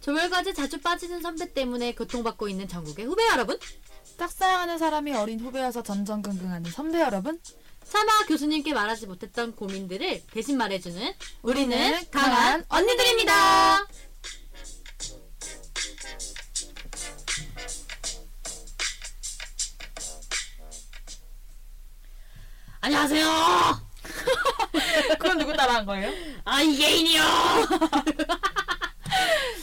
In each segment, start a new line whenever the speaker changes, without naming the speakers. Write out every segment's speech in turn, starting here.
조별과제 자주 빠지는 선배 때문에 고통받고 있는 전국의 후배 여러분.
짝사랑하는 사람이 어린 후배여서 전전긍긍하는 선배 여러분.
차마 교수님께 말하지 못했던 고민들을 대신 말해주는 우리는
우리는
강한 어,
강한
언니들입니다. 안녕하세요.
그건 누구 따라한 거예요?
아 이예인이요.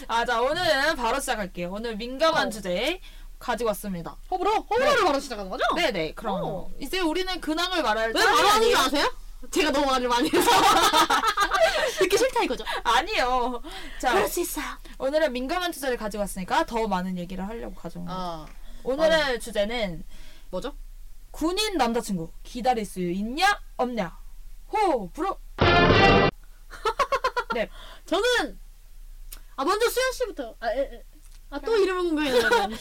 아, 자, 오늘은 바로 시작할게요. 오늘
어.
민감한 주제 가지고 왔습니다.
호불호? 호불호를 바로 시작하는 거죠?
네네, 그럼.
어.
오.
이제 우리는 근황을 말할
왜
차례
바로 하는 줄
아니에요?
아세요? 제가 너무 말을 많이 해서 듣기 싫다 이거죠.
아니요. 자,
그럴 수 있어요.
오늘은 민감한 주제를 가지고 왔으니까 더 많은 얘기를 하려고 가져온
어.
거예요.
아,
오늘의 주제는
뭐죠?
군인 남자친구 기다릴 수 있냐 없냐 호불호 네
저는 아 먼저 수현 씨부터. 아또 이름을 공개해요.
그냥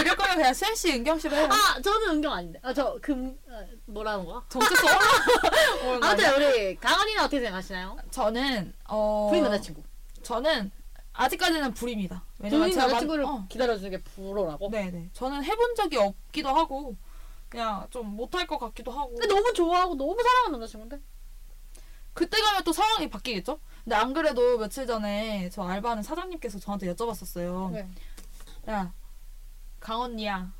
이럴 거면 그냥 수현 씨, 은경 씨로 해요.
아 저는 은경 아닌데. 아저금 아, 뭐라는 거야?
정체성. 오늘
아무튼 우리 강한이는 어떻게 생각하시나요?
저는 어
부인 남자친구.
저는 아직까지는 불입니다. 왜냐면
부인
제가
남자친구를
네, 만,
기다려주는 게 불호라고?
어, 네네. 저는 해본 적이 없기도 하고 그냥 좀 못할 것 같기도 하고.
근데 너무 좋아하고 너무 사랑하는 남자친구인데?
그때 가면 또 상황이 바뀌겠죠? 근데 안 그래도 며칠 전에 저 알바하는 사장님께서 저한테 여쭤봤었어요.
네.
야 강언니야.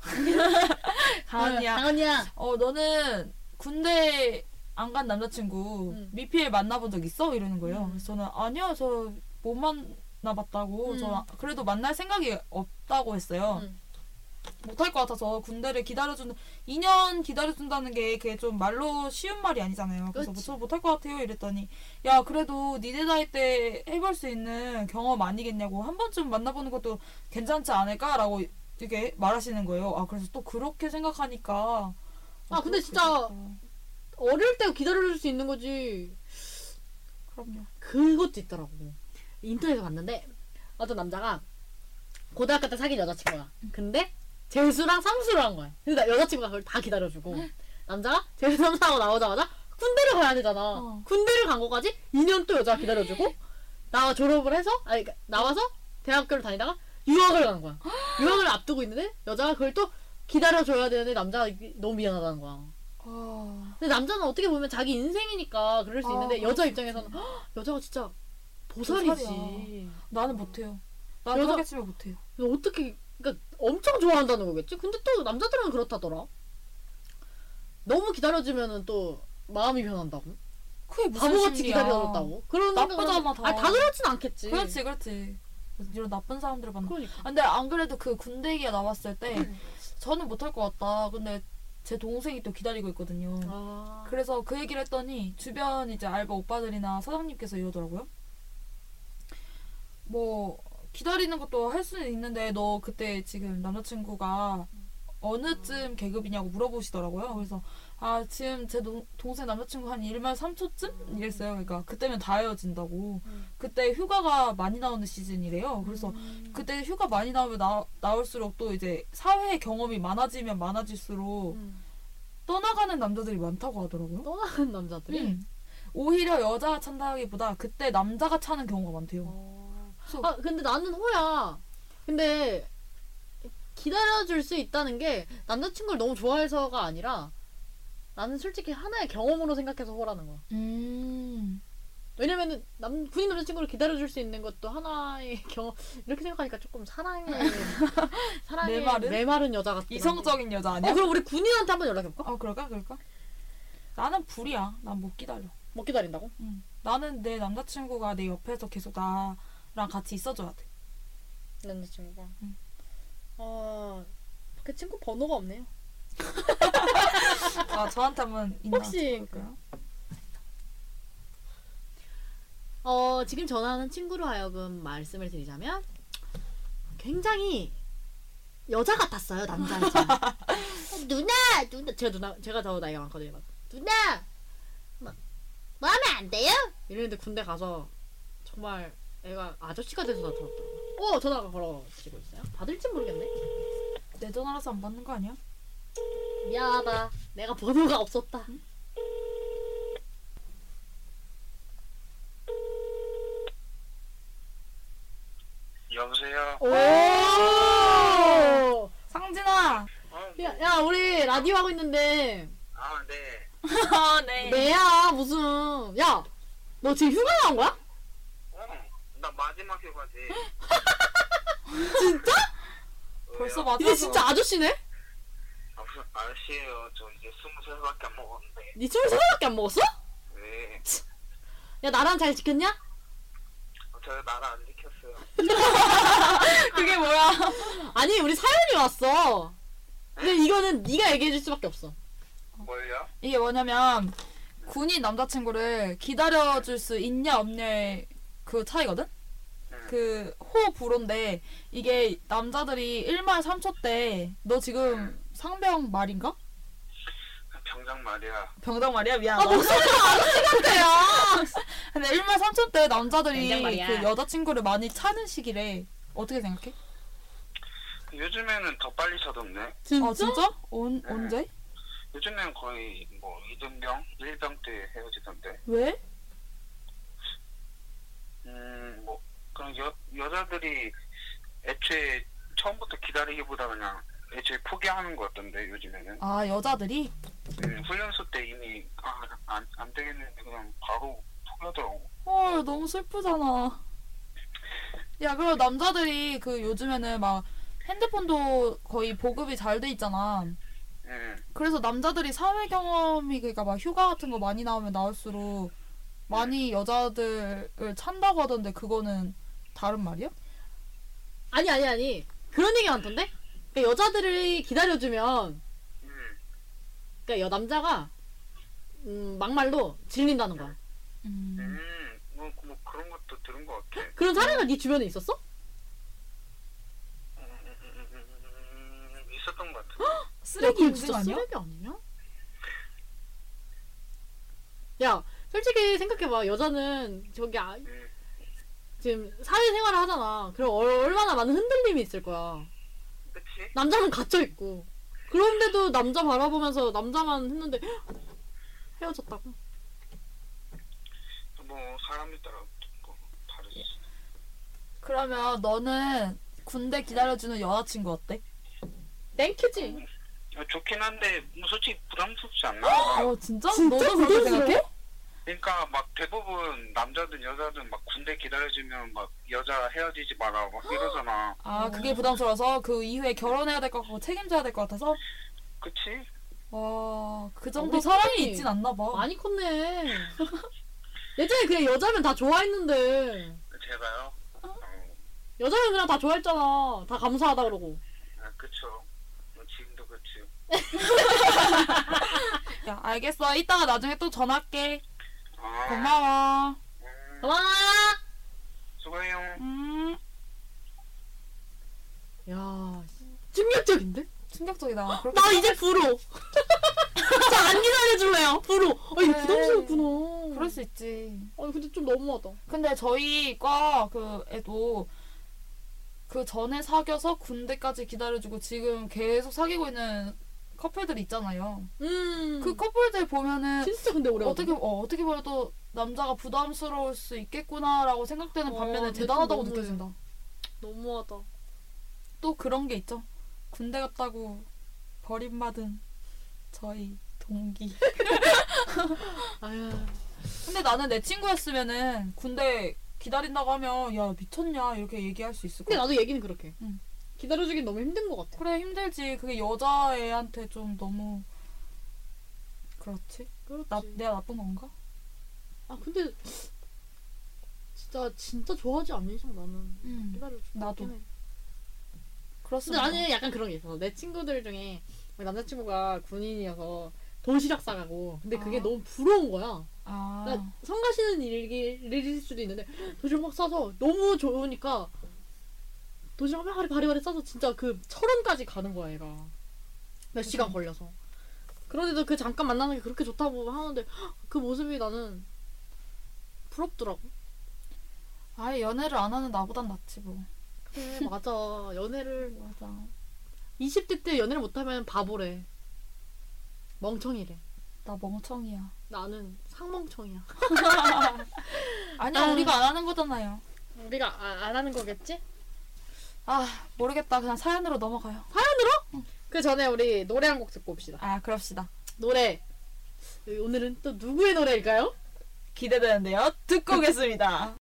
강언니야.
강언니야.
어 너는 군대 안 간 남자친구
음.
미필 만나본 적 있어? 이러는 거예요.
음.
그래서 저는 아니요 저 못 만나봤다고
음.
저 그래도 만날 생각이 없다고 했어요.
음.
못할 것 같아서 군대를 기다려준 2년 기다려준다는 게 그게 좀 말로 쉬운 말이 아니잖아요. 그래서
그치.
저 못할 것 같아요 이랬더니 야 그래도 니네 나이 때 해볼 수 있는 경험 아니겠냐고 한 번쯤 만나보는 것도 괜찮지 않을까라고 이렇게 말하시는 거예요. 아 그래서 또 그렇게 생각하니까
아, 근데
어,
진짜 어릴 때 기다려줄 수 있는 거지.
그럼요.
그것도 있더라고.
인터넷에 봤는데
어떤 남자가 고등학교 때 사귄 여자친구야. 근데 재수랑 삼수를 한 거야. 근데 나- 여자친구가 그걸 다 기다려주고 남자가 재수 삼수하고 나오자마자 군대를 가야 되잖아.
어.
군대를 간 거까지 2년 또 여자가 기다려주고 나와 졸업을 해서 아니 그러니까 나와서 대학교를 다니다가 유학을 간 거야. 유학을 앞두고 있는데 여자가 그걸 또 기다려줘야 되는데 남자가 이게 너무 미안하다는 거야.
아,
근데 남자는 어떻게 보면 자기 인생이니까 그럴 수
아,
있는데 여자
그렇지.
입장에서는 헉, 여자가 진짜 보살이지.
보살이야. 나는 못해요. 나
여자-
그렇게 치면 못해요.
근데 어떻게 그러니까 엄청 좋아한다는 거겠지? 근데 또 남자들은 그렇다더라. 너무 기다려주면은 또 마음이 변한다고.
그게 무슨
바보같이
심리야.
기다려줬다고. 그런 생각을
나쁘잖아,
하는-
다.
아니 다 그렇진 않겠지.
그렇지 그렇지. 이런 나쁜 사람들을 만나.
그러니까.
근데 안 그래도 그 군대 얘기가 나왔을 때 저는 못할 것 같다. 근데 제 동생이 또 기다리고 있거든요.
아.
그래서 그 얘기를 했더니 주변 이제 알바 오빠들이나 사장님께서 이러더라고요. 뭐 기다리는 것도 할 수는 있는데 너 그때 지금 남자친구가
음.
어느쯤 계급이냐고 물어보시더라고요. 그래서 아 지금 제 동, 동생 남자친구 한 1만 3초쯤 이랬어요. 그러니까 그때면 다 헤어진다고.
음.
그때 휴가가 많이 나오는 시즌이래요. 그래서
음.
그때 휴가 많이 나오면 나, 나올수록 또 이제 사회 경험이 많아지면 많아질수록
음.
떠나가는 남자들이 많다고 하더라고요.
떠나는 남자들이.
음. 오히려 여자가 찬다기보다 그때 남자가 차는 경우가 많대요.
어.
그래서
아 근데 나는 호야. 근데 기다려줄 수 있다는 게 남자친구를 너무 좋아해서가 아니라 나는 솔직히 하나의 경험으로 생각해서 호라는 거야.
음.
왜냐면은 남 군인 남자친구를 기다려줄 수 있는 것도 하나의 경험 이렇게 생각하니까 조금 사랑해 사랑해
내 말은?
여자 같긴 한데.
이성적인 여자 아니야?
어 그럼 우리 군인한테 한번 연락해 볼까?
어, 그럴까 그럴까? 나는 불이야. 난 못 기다려.
못뭐 기다린다고?
음. 나는 내 남자친구가 내 옆에서 계속 나랑 같이 있어줘야 돼.
남자친구가
응.
어그 친구 번호가 없네요.
아 저한테 한번 있나
혹시
볼까요?
어 지금 전화하는 친구로 하여금 말씀을 드리자면 굉장히 여자 같았어요 남자 같아. 누나 누나 제가 누나 제가 더 나이가 많거든요. 막, 누나 막 뭐하면 안 돼요?
이랬는데 군대 가서 정말 애가 아저씨가 돼서 나타났더라고. 어 전화가 걸어지고 있어요. 받을지 모르겠네.
내 전화라서 안 받는 거 아니야?
미안하다. 내가 번호가 없었다.
여보세요? 여보세요. 어,
오!
상진아.
어,
야, 야, 우리 라디오 하고 있는데,
아, 네.
아, 네.
내야, 무슨. 야! 너 지금 휴가 나온 거야?
어, 나 마지막 휴가지.
진짜?
벌써 맞아.
이제 진짜 아저씨네?
아, 무슨 아저씨예요. 저 이제 스무 살밖에 안 먹었는데.
니2 3살밖에안 먹었어?
네.
야, 나랑 잘 지켰냐?
저 어, 나라 안 지켰어요.
그게 뭐야?
아니, 우리 사연이 왔어. 근데 이거는 네가 얘기해 줄 수밖에 없어.
뭘요?
이게 뭐냐면 군인 남자친구를 기다려줄 수 있냐 없냐의 그 차이거든?
음.
그 호불호인데 이게 남자들이 1말 3초 때 너 지금 상병 말인가?
병장 말이야.
병장 말이야 미안. 어.
아, 목소리가
근데 1말 3초 때 남자들이
병장 말이야.
그 여자친구를 많이 차는 시기래. 어떻게 생각해?
요즘에는 더 빨리 찾았네.
진짜?
아 진짜? 언, 언제?
요즘엔 거의 뭐 이등병, 일병 때 헤어지던데.
왜?
음, 뭐 그런 여 여자들이 애초에 처음부터 기다리기보다 그냥 애초에 포기하는 것 같던데 요즘에는.
아 여자들이?
음, 훈련소 때 이미 아, 안, 안 되겠는데 그냥 바로 포기하더라고.
헐 너무 슬프잖아. 야 그럼 남자들이 그 요즘에는 막 핸드폰도 거의 보급이 잘 돼 있잖아.
음,
그래서 남자들이 사회 경험이 그러니까 막 휴가 같은 거 많이 나오면 나올수록 많이 여자들을 찬다고 하던데 그거는 다른 말이야?
아니, 아니, 아니. 그런 얘기 많던데? 그러니까 여자들을 기다려주면,
음,
그러니까 여, 남자가, 음, 막말로 질린다는 거야.
음.
음, 뭐, 뭐 그런 것도 들은 것 같아.
그런 사례가 네 주변에 있었어?
음, 음, 음, 음, 음, 있었던 것 같아.
쓰레기
야, 그거
인증
진짜
아니야?
쓰레기 아니냐? 야, 솔직히 생각해봐. 여자는 저기 아,
음,
지금 사회생활을 하잖아. 그럼 얼- 얼마나 많은 흔들림이 있을 거야.
그치?
남자는 갇혀 있고. 그런데도 남자 바라보면서 남자만 했는데 헉! 헤어졌다고.
뭐 사람에 따라 뭐 다르지.
그러면 너는 군대 기다려주는 여자친구 어때?
땡큐지.
어, 좋긴 한데 뭐 솔직히 부담스럽지 않나?
어 진짜?
진짜
너도 그렇게
부담스러워?
생각해?
그러니까 막 대부분 남자든 여자든 막 군대 기다려주면 막 여자 헤어지지 마라 막 이러잖아.
아 그게 부담스러워서 그 이후에 결혼해야 될 것 같고 책임져야 될 것 같아서
그치?
와그 아, 정도
우리
사랑이 아,
사랑이
있진 않나 봐.
많이 컸네. 예전에 그냥 여자면 다 좋아했는데
제가요? 어,
여자면 그냥 다 좋아했잖아. 다 감사하다 그러고.
아, 그쵸. 뭐 지금도 그치.
야 알겠어. 이따가 나중에 또 전화할게.
아,
고마워.
음,
고마워.
수고해요.
음
야, 충격적인데?
충격적이다. 그렇게
나 이제 부러. 저 안 기다려줄래요. 부러. 아 이게 부담스럽구나.
네. 그럴 수 있지.
아니 근데 좀 너무하다.
근데 저희 과그 애도 그 전에 사귀어서 군대까지 기다려주고 지금 계속 사귀고 있는 커플들 있잖아요.
음.
그 커플들 보면은
진짜 근데 오래
네. 어떻게 어, 어떻게 보면 또 남자가 부담스러울 수 있겠구나라고 생각되는
어,
반면에
근데
대단하다고
좀 너무해.
느껴진다.
너무하다.
또 그런 게 있죠. 군대 갔다고 버림받은 저희 동기.
아유.
근데 나는 내 친구였으면은 군대 기다린다고 하면 야 미쳤냐 이렇게 얘기할 수 있을 것
근데
같아.
나도 얘기는 그렇게. 해.
응.
기다려주긴 너무 힘든 것 같아.
그래 힘들지. 그게 여자애한테 좀 너무 그렇지.
그렇지.
나 내가 나쁜 건가?
아 근데 진짜 진짜 좋아하지 않는 이상 나는
응.
기다려줘.
나도.
그렇긴 해. 근데
그렇습니다.
나는 약간 그런 게 있어. 내 친구들 중에 남자친구가 군인이어서 도시락 싸가고 근데 그게
아.
너무 부러운 거야.
아
그러니까 성가시는 일일, 일일 수도 있는데 도시락 막 싸서 너무 좋으니까 도시락 막 바리바리 싸서 진짜 그 철원까지 가는 거야 얘가 몇 시간
음.
걸려서 그런데도 그 잠깐 만나는 게 그렇게 좋다고 하는데 그 모습이 나는 부럽더라고
아예 연애를 안 하는 나보단 낫지 뭐.
그래 어, 맞아 연애를
맞아.
20대 때 연애를 못하면 바보래 멍청이래
나 멍청이야.
나는 상멍청이야
아니야
아.
음. 우리가 안 하는 거잖아요.
우리가 아- 안 하는 거겠지?
아 모르겠다. 그냥 사연으로 넘어가요.
그 전에 우리 노래 한 곡 듣고 옵시다.
아 그럽시다.
노래. 오늘은 또 누구의 노래일까요?
기대되는데요. 듣고 오겠습니다.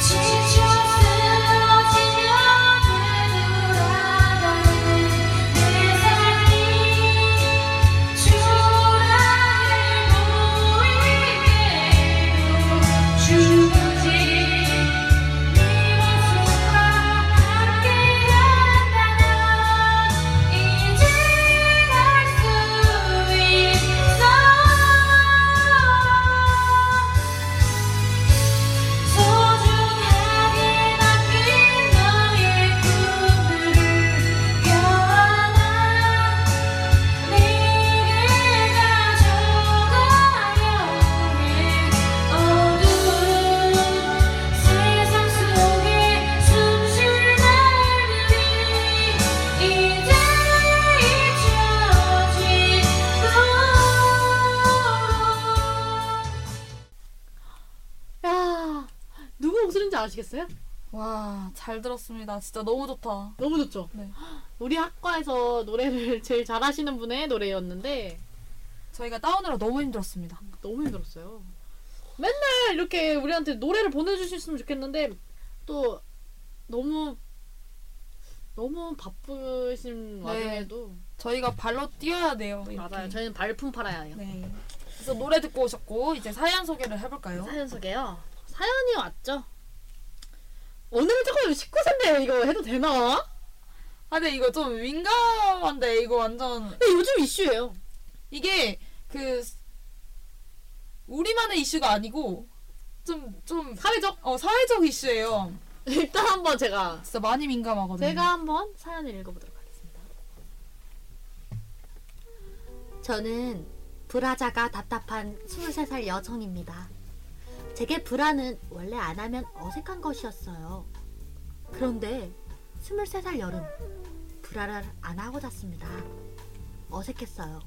지쳐 쓰러지며 되돌아가는 내 삶이 초라해 보이게도 주무지 네 모습과 함께 한다면 이제 알 수 있어 소중하게 남긴 너의 꿈을 변한 내게 가져가려는 어두운 세상 속에 숨쉴 날들이 이제 잊혀질 거로
야, 누구 목소리인지 아시겠어요?
와 잘 들었습니다. 진짜 너무 좋다.
너무 좋죠?
네.
우리 학과에서 노래를 제일 잘하시는 분의 노래였는데
저희가 다운으로 너무 힘들었습니다.
너무 힘들었어요. 맨날 이렇게 우리한테 노래를 보내주셨으면 좋겠는데 또 너무 너무 바쁘신
네.
와중에도
저희가 발로 뛰어야 돼요. 이렇게.
맞아요. 저희는 발품 팔아야 해요.
네. 그래서 노래 듣고 오셨고 이제 사연 소개를 해볼까요?
사연 소개요. 사연이 왔죠. 오늘은 조금 19세인데 이거 해도 되나?
아 근데 이거 좀 민감한데 이거 완전
근데 요즘 이슈예요.
이게 그 우리만의 이슈가 아니고 좀 좀 사회적 어 사회적 이슈예요.
일단 한번 제가
진짜 많이 민감하거든요.
제가 한번 사연을 읽어보도록 하겠습니다.
저는 브라자가 답답한 23살 여성입니다. 제게 브라는 원래 안 하면 어색한 것이었어요. 그런데 23살 여름 브라를 안 하고 잤습니다. 어색했어요.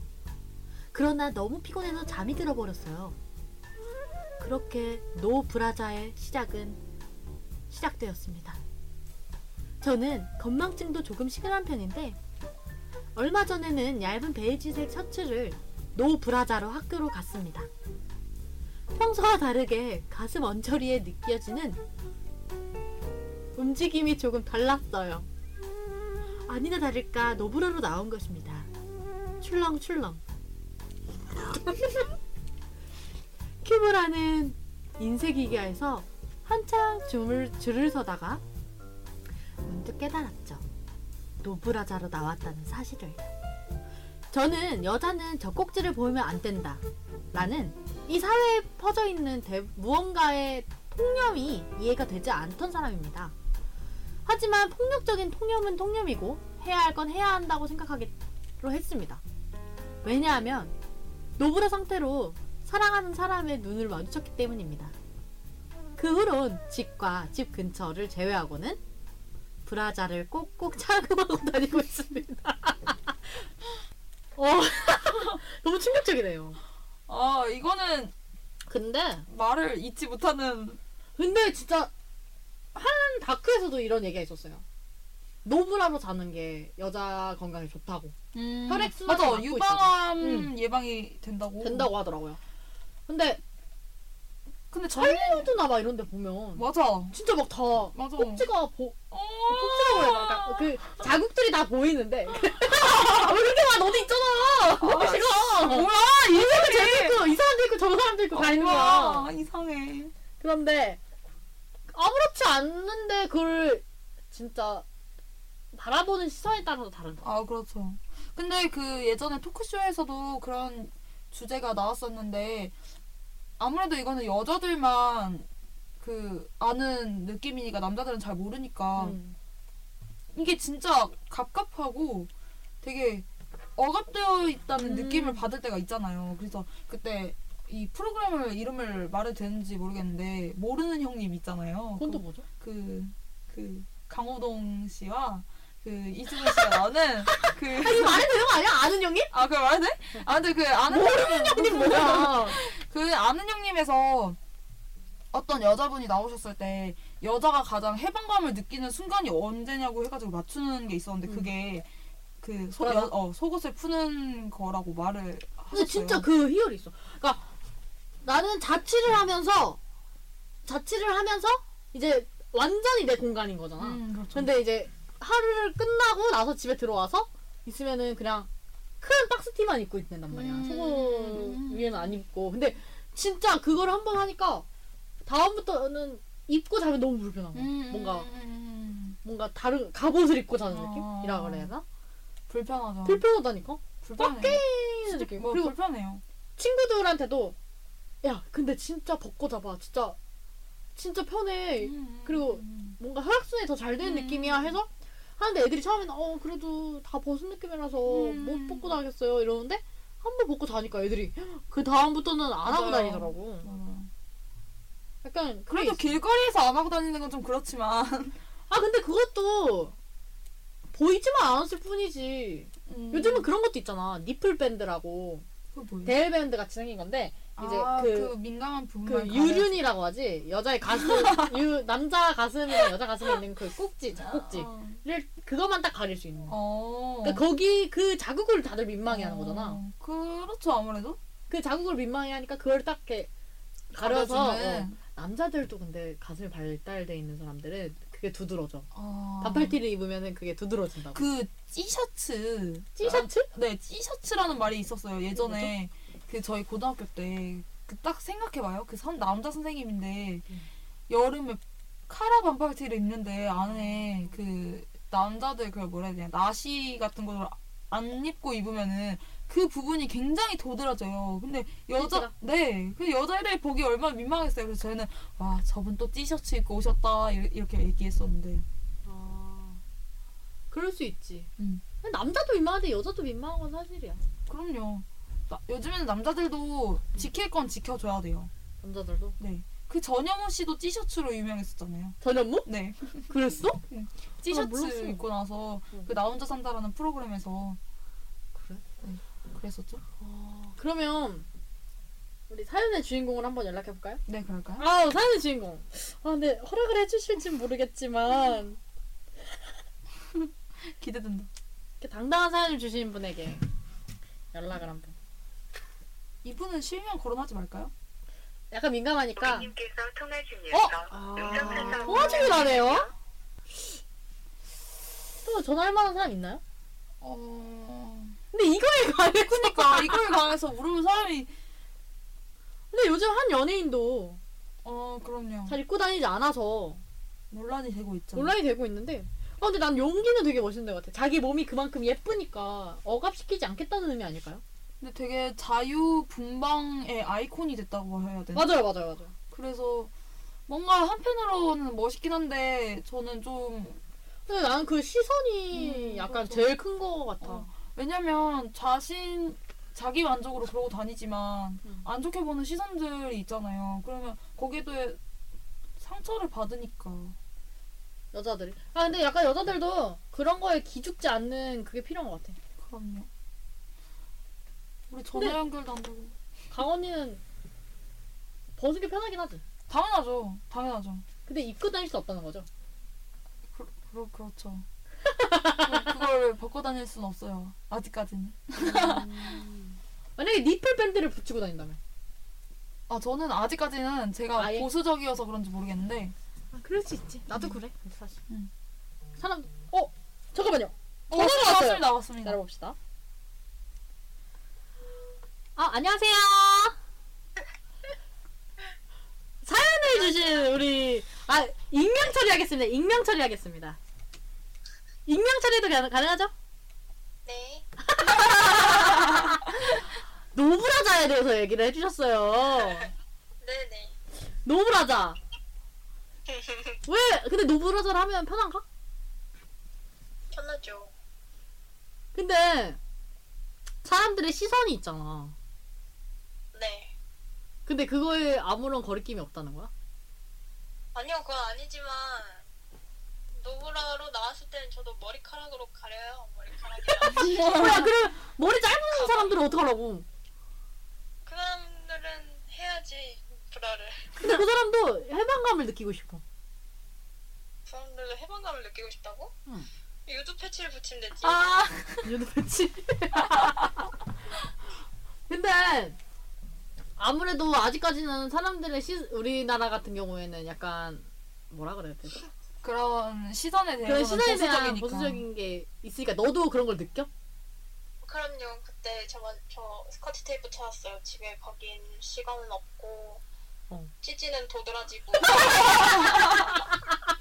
그러나 너무 피곤해서 잠이 들어버렸어요. 그렇게 노 브라자의 시작은 시작되었습니다. 저는 건망증도 조금 심한 편인데 얼마 전에는 얇은 베이지색 셔츠를 노 브라자로 학교로 갔습니다. 평소와 다르게 가슴 언저리에 느껴지는 움직임이 조금 달랐어요. 아니나 다를까 노브라로 나온 것입니다. 출렁출렁. 큐브라는 인쇄기계에서 한창 줌을 줄을 서다가 문득 깨달았죠. 노브라자로 나왔다는 사실을. 저는 여자는 젖꼭지를 보이면 안 된다. 라는 이 사회에 퍼져 있는 대- 무언가의 통념이 이해가 되지 않던 사람입니다. 하지만 폭력적인 통념은 통념이고 해야 할 건 해야 한다고 생각하기로 했습니다. 왜냐하면 노브라 상태로 사랑하는 사람의 눈을 마주쳤기 때문입니다. 그 후론 집과 집 근처를 제외하고는 브라자를 꼭꼭 착용하고 다니고 있습니다. 어,
너무 충격적이네요.
아 이거는
근데
말을 잊지 못하는
근데 진짜 한 다크에서도 이런 얘기가 있었어요. 노브라로 자는 게 여자 건강에 좋다고 혈액 순환을
음. 맞아
막고 음.
유방암
있다고.
예방이 된다고 음.
된다고 하더라고요. 근데
근데 저는
할리우드나 막 이런 데 보면
맞아.
진짜 막 다
뭐? 맞아.
꼭지가 보,
어.
꼭지가 보여. 그러니까 그 자국들이 다 보이는데. 아, 왜 이렇게 막 너도 있잖아. 너무 싫어.
뭐야
이 아, 사람도 쟤도 있고 이 사람도 있고 저 사람도 있고 다 있는 거야.
뭐야 이상해.
그런데 아무렇지 않는데 그걸 진짜 바라보는 시선에 따라서 다른 거.
아 그렇죠. 근데 그 예전에 토크쇼에서도 그런 주제가 나왔었는데 아무래도 이거는 여자들만 그 아는 느낌이니까 남자들은 잘 모르니까
음.
이게 진짜 갑갑하고 되게 억압되어 있다는
음.
느낌을 받을 때가 있잖아요. 그래서 그때 이 프로그램을 이름을 말해도 되는지 모르겠는데 모르는 형님 있잖아요.
그건 또 뭐죠?
그, 그 강호동 씨와 그 이수근 씨가 나오는 그
아니 말해도 되는 거 아니야? 아는 형님?
아, 그걸 말해도 돼? 아, 근데 그 아는 형님,
뭐야?
그 아는 형님에서 어떤 여자분이 나오셨을 때 여자가 가장 해방감을 느끼는 순간이 언제냐고 해가지고 맞추는 게 있었는데
음.
그게 그 소,
그래요?
여, 어, 속옷을 푸는 거라고 말을 하셨어요.
근데 진짜 그 희열이 있어. 그러니까 나는 자취를 하면서 자취를 하면서 이제 완전히 내 공간인 거잖아.
음, 그렇죠.
근데 이제 하루를 끝나고 나서 집에 들어와서 있으면은 그냥 큰 박스티만 입고 있는단 말이야.
음.
속옷 위에는 안 입고. 근데 진짜 그걸 한 번 하니까 다음부터는 입고 자면 너무 불편한 거야.
음,
뭔가
음, 음,
뭔가 다른 갑옷을 입고 자는
어.
느낌이라 그래야 되나?
불편하죠.
불편하다니까.
불편해요.
이 느낌.
아. 뭐
그리고
불편해요.
친구들한테도 야 근데 진짜 벗고 잡아 진짜 진짜 편해
음,
네. 그리고
음,
뭔가 혈액순환이 더 잘 되는
음.
느낌이야 해서 하는데 애들이 처음에는 어 그래도 다 벗은 느낌이라서
음.
못 벗고 다겠어요 이러는데 한 번 벗고 다니까 애들이 그 다음부터는 안 하고
맞아요.
다니더라고
맞아요.
약간 그래
그래도 길거리에서 안 하고 다니는 건 좀 그렇지만
아 근데 그것도 보이지만 않았을 뿐이지
음.
요즘은 그런 것도 있잖아 니플 밴드라고
그거 뭐예요?
데일 밴드 같이 생긴 건데 이제
아,
그
그, 민감한 부분만
그 유륜이라고 하지 여자의 가슴 유 남자 가슴이랑 여자 가슴에 있는 그 꼭지 자꼭지를
어.
그것만 딱 가릴 수 있는 거.
어.
그러니까 거기 그 자국을 다들 민망해하는 거잖아.
어. 그렇죠 아무래도
그 자국을 민망해하니까 그걸 딱 이렇게 가려서 어.
가려주는.
남자들도 근데 가슴이 발달돼 있는 사람들은 그게 두드러져.
어.
반팔티를 입으면은 그게 아. 두드러진다고.
그 티셔츠
티셔츠?
네 티셔츠라는 말이 있었어요 예전에 그 저희 고등학교 때 그 딱 생각해봐요 그 선, 남자 선생님인데
음.
여름에 카라 반팔티를 입는데 안에 그 남자들 그걸 뭐라 해야 되냐 나시 같은 거를 안 입고 입으면은 그 부분이 굉장히 도드라져요. 근데
실제로?
여자 네, 그 여자애들 보기 얼마나 민망했어요. 그래서 저희는 와 저분 또 티셔츠 입고 오셨다 이- 이렇게 얘기했었는데
아, 그럴 수 있지.
음.
근데 남자도 민망한데 여자도 민망한 건 사실이야.
그럼요. 나, 요즘에는 남자들도 지킬 건 지켜줘야 돼요.
남자들도.
네. 그 전영호 씨도 티셔츠로 유명했었잖아요. 아,
전현무?
네.
뭐? 그랬어?
티셔츠
몰랐어.
입고 나서
응.
그 나 혼자 산다라는 프로그램에서
그래?
네. 그랬었죠?
어. 그러면 우리 사연의 주인공을 한번 연락해 볼까요?
네, 그럴까요?
아 사연의 주인공. 아 근데 허락을 해주실진 모르겠지만
기대된다.
이렇게 당당한 사연을 주신 분에게 연락을 한번.
이분은 실명 거론하지 말까요?
약간 민감하니까.
고객님께서 통화 중이어서
아,
음성편성
도와주길 하네요. 또 전화할 만한 사람 있나요?
어...
근데 이거에 관해.
그니까 이거에 관해서 물어본 사람이
근데 요즘 한 연예인도
어 그럼요
잘 입고 다니지 않아서
논란이 되고 있죠.
논란이 되고 있는데. 아 근데 난 용기는 되게 멋있는 것 같아. 자기 몸이 그만큼 예쁘니까 억압시키지 않겠다는 의미 아닐까요?
근데 되게 자유 분방의 아이콘이 됐다고 해야 되나?
맞아요, 맞아요, 맞아요.
그래서 뭔가 한편으로는 멋있긴 한데 저는 좀
근데 나는 그 시선이
음,
약간
맞아.
제일 큰 거 같아.
어. 왜냐면 자신 자기 만족으로 그러고 다니지만
음.
안 좋게 보는 시선들이 있잖아요. 그러면 거기도 에 상처를 받으니까
여자들이. 아 근데 약간 여자들도 그런 거에 기죽지 않는 그게 필요한 것 같아.
그럼요. 우리 전화 연결도 안 되고
강원이는 벗은 게 편하긴 하지.
당연하죠, 당연하죠.
근데 입고 다닐 수 없다는 거죠.
그, 그, 그렇죠. 그- 그걸 벗고 다닐 순 없어요. 아직까지는.
만약에 니플 밴드를 붙이고 다닌다면.
아 저는 아직까지는 제가
아예?
보수적이어서 그런지 모르겠는데
아, 그럴 수 있지. 나도 그래. 사실.
사람 어 잠깐만요.
어,
전화가 왔어요.
나왔습니다 왔습니다
기다려봅시다.
아 안녕하세요. 사연을 주신 우리 아 익명 처리하겠습니다. 익명 처리하겠습니다. 익명 처리도 가- 가능하죠?
네.
노브라자에 대해서 얘기를 해주셨어요.
네네.
노브라자. 왜? 근데 노브라자를 하면 편한가?
편하죠.
근데 사람들의 시선이 있잖아.
네.
근데 그거에 아무런 거리낌이 없다는 거야?
아니요, 그건 아니지만, 노브라로 나왔을 때는 저도 머리카락으로 가려요. 머리카락이랑.
뭐야 그럼 머리 짧은 사람들은 어떡하라고
그 사람들은 해야지, 브라를.
근데 그 사람도 해방감을 느끼고 싶어
그 사람들도 해방감을 느끼고 싶다고?
응.
유두 패치를 붙이면 되지.
아
유도 패치 근데 아무래도 아직까지는 사람들의 시 우리나라 같은 경우에는 약간 뭐라 그래야 되지?
네, 그런 시선에
그런
대해서는
시선에 대한
보수적이니까
보수적인 게 있으니까 너도 그런 걸 느껴?
그럼요. 그때 저만 저 스커트 테이프 찾았어요. 집에 거긴 시간은 없고
어.
찌찌는 도드라지고.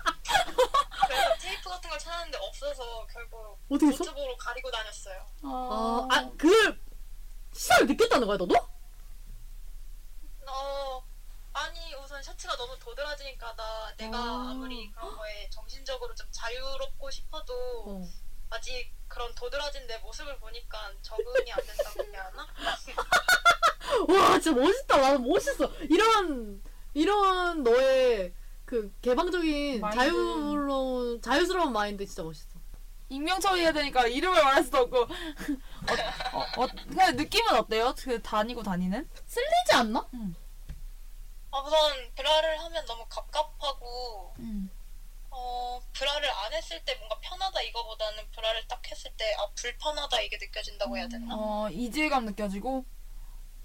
그래서 테이프 같은 걸 찾았는데 없어서 결국
어떻게 했어?
노트북으로 가리고 다녔어요.
어,
어...
아 그걸 시선을 느꼈다는 거야 너도?
어 아니 우선 셔츠가 너무 도드라지니까 나
어.
내가 아무리 그런 거에 정신적으로 좀 자유롭고 싶어도
어.
아직 그런 도드라진 내 모습을 보니까 적응이 안 된다고 해야 하나?
와 진짜 멋있다 나는 멋있어 이런 이런 너의 그 개방적인
마인드.
자유로운 자유스러운 마인드 진짜 멋있어
익명 처리해야 되니까 이름을 말할 수도 없고 어, 어, 어, 그냥 느낌은 어때요? 그 다니고 다니는?
쓸리지 않나?
아, 우선 브라를 하면 너무 갑갑하고
음.
어, 브라를 안 했을 때 뭔가 편하다 이거보다는 브라를 딱 했을 때 아, 불편하다 이게 느껴진다고 해야 되나?
어 이질감 느껴지고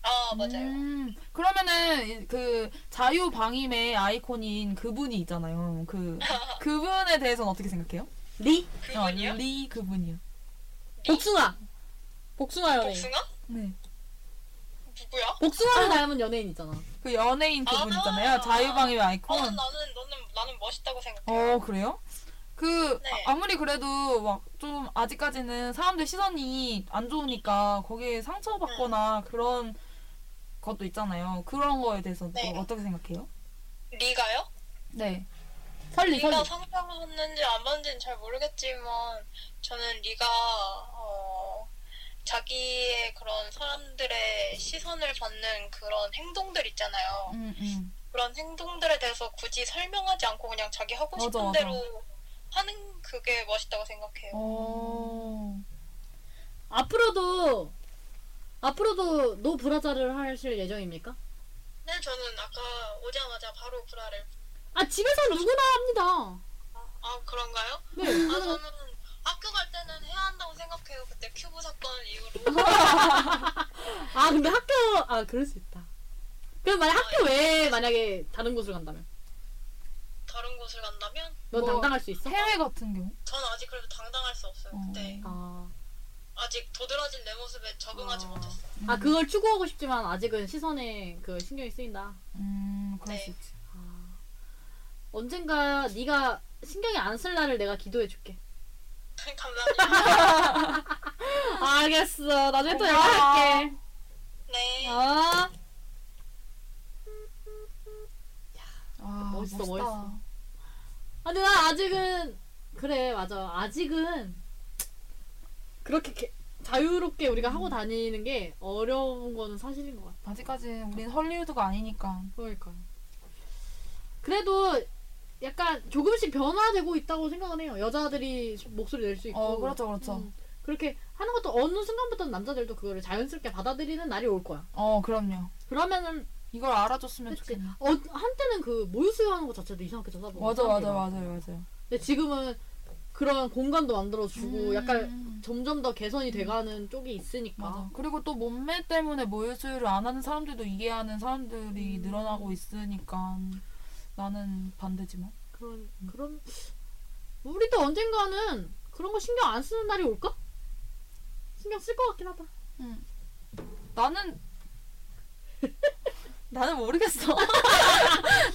아, 맞아요.
음, 그러면은 이- 그 자유 방임의 아이콘인 그분이 있잖아요. 그 그분에 대해서는 어떻게 생각해요?
리
그분이요?
어, 리 그분이요.
복숭아
복숭아 연예인.
복숭아?
네.
누구야? 어,
복숭아를 닮은 연예인 있잖아
그 연예인 그분
아.
있잖아요. 자유 방임의
어,
아이콘.
나는 너는 나는 멋있다고 생각해.
어 그래요? 그
네.
아- 아무리 그래도 막 좀 아직까지는 사람들 시선이 안 좋으니까 거기에 상처받거나
네.
그런 것도 있잖아요. 그런 거에 대해서
네.
또 어떻게 생각해요?
리가요?
네.
설리 설리.
리가 상처받는지 안 받는지는 잘 모르겠지만 저는 리가 어, 자기의 그런 사람들의 시선을 받는 그런 행동들 있잖아요.
음, 음.
그런 행동들에 대해서 굳이 설명하지 않고 그냥 자기 하고
맞아,
싶은
맞아.
대로 하는 그게 멋있다고 생각해요.
어.
앞으로도 앞으로도 노 브라자를 하실 예정입니까?
근데 네, 저는 아까 오자마자 바로 브라를
아 집에서 누구나 합니다
아 그런가요?
네
아
누구나.
저는 학교 갈 때는 해야 한다고 생각해요. 그때 큐브 사건 이후로
아 근데 학교 아 그럴 수 있다 그럼 만약 학교 외에 만약에 다른 곳을 간다면
다른 곳을 간다면
넌
뭐,
당당할 수 있어?
해외 같은 경우.
전 아직 그래도 당당할 수 없어요. 네. 그때
아,
아직 도드라진 내 모습에 적응하지
어.
못했어요.
음.
아 그걸 추구하고 싶지만 아직은 시선에 그 신경이 쓰인다
음, 그럴
네.
수 있지.
아, 언젠가 네가 신경이 안 쓸 날을 내가 기도해 줄게.
감사합니다.
알겠어. 나중에 또
고마워.
연락할게.
네.
어?
아,
멋있어,
멋있다.
멋있어. 근데 나 아직은 그래 맞아. 아직은 그렇게 개- 자유롭게 우리가 하고 다니는 게 어려운 거는 사실인 것 같아.
아직까지 우린 헐리우드가 아니니까.
그러니까. 그래도 약간 조금씩 변화되고 있다고 생각은 해요. 여자들이 목소리 낼 수 있고.
어, 그렇죠, 그렇죠.
음, 그렇게 하는 것도 어느 순간부터는 남자들도 그거를 자연스럽게 받아들이는 날이 올 거야.
어, 그럼요.
그러면은
이걸 알아줬으면
그치.
좋겠네.
어, 한때는 그 모유 수유하는 것 자체도 이상하게 쳐다보고
맞아, 맞아,
사람들이 막.
맞아요, 맞아요.
근데 지금은 그런 공간도 만들어주고
음.
약간 점점 더 개선이 돼가는 쪽이
맞아.
있으니까
그리고 또 몸매 때문에 모유 수유를 안 하는 사람들도 이해하는 사람들이 늘어나고 있으니까 나는 반대지만. 뭐.
그런 그런 우리도 언젠가는 그런 거 신경 안 쓰는 날이 올까? 신경 쓸 것 같긴 하다.
나는 나는 모르겠어.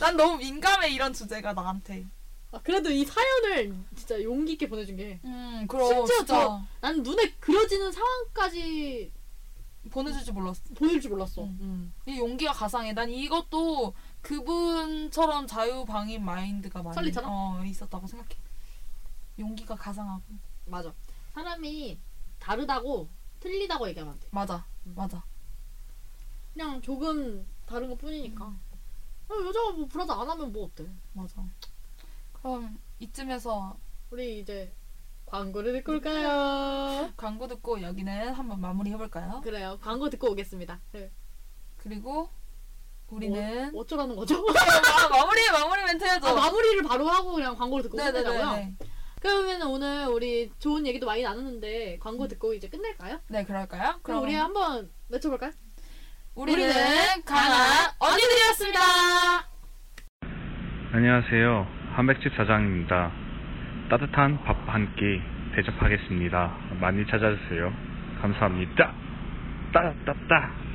난 너무 민감해 이런 주제가 나한테.
아, 그래도 이 사연을 진짜 용기 있게 보내준 게.
음, 그럼
심지어
진짜
난 눈에 그려지는 상황까지
보내줄 줄 몰랐어.
보일 줄 몰랐어.
음.
음.
이 용기가 가상해. 난 이것도 그분처럼 자유방임 마인드가 많이
설리잖아?
어, 있었다고 생각해. 용기가 가상하고.
맞아. 사람이 다르다고 틀리다고 얘기하면 안 돼.
맞아. 맞아.
그냥 조금 다른 것 뿐이니까.
음.
아, 여자가 뭐 브라더 안 하면 뭐 어때?
맞아. 그럼 이쯤에서
우리 이제 광고를
음.
듣고 올까요?
광고 듣고 여기는 한번 마무리 해볼까요?
그래요. 광고 듣고 오겠습니다. 네.
그리고 우리는
어쩌라는 거죠?
뭐? 아, 마무리 마무리 멘트 해줘.
아, 마무리를 바로 하고 그냥 광고를 듣고 끝내자고요.
네네네.
그러면 오늘 우리 좋은 얘기도 많이 나눴는데 광고 듣고 이제 끝낼까요?
네 음. 그럴까요?
그럼
그럼
우리
우리
한번 외쳐볼까요?
우리는
우리는
강한 언니들이었습니다.
안녕하세요. 한백집 사장입니다. 따뜻한 밥 한 끼 대접하겠습니다. 많이 찾아주세요. 감사합니다. 따따따.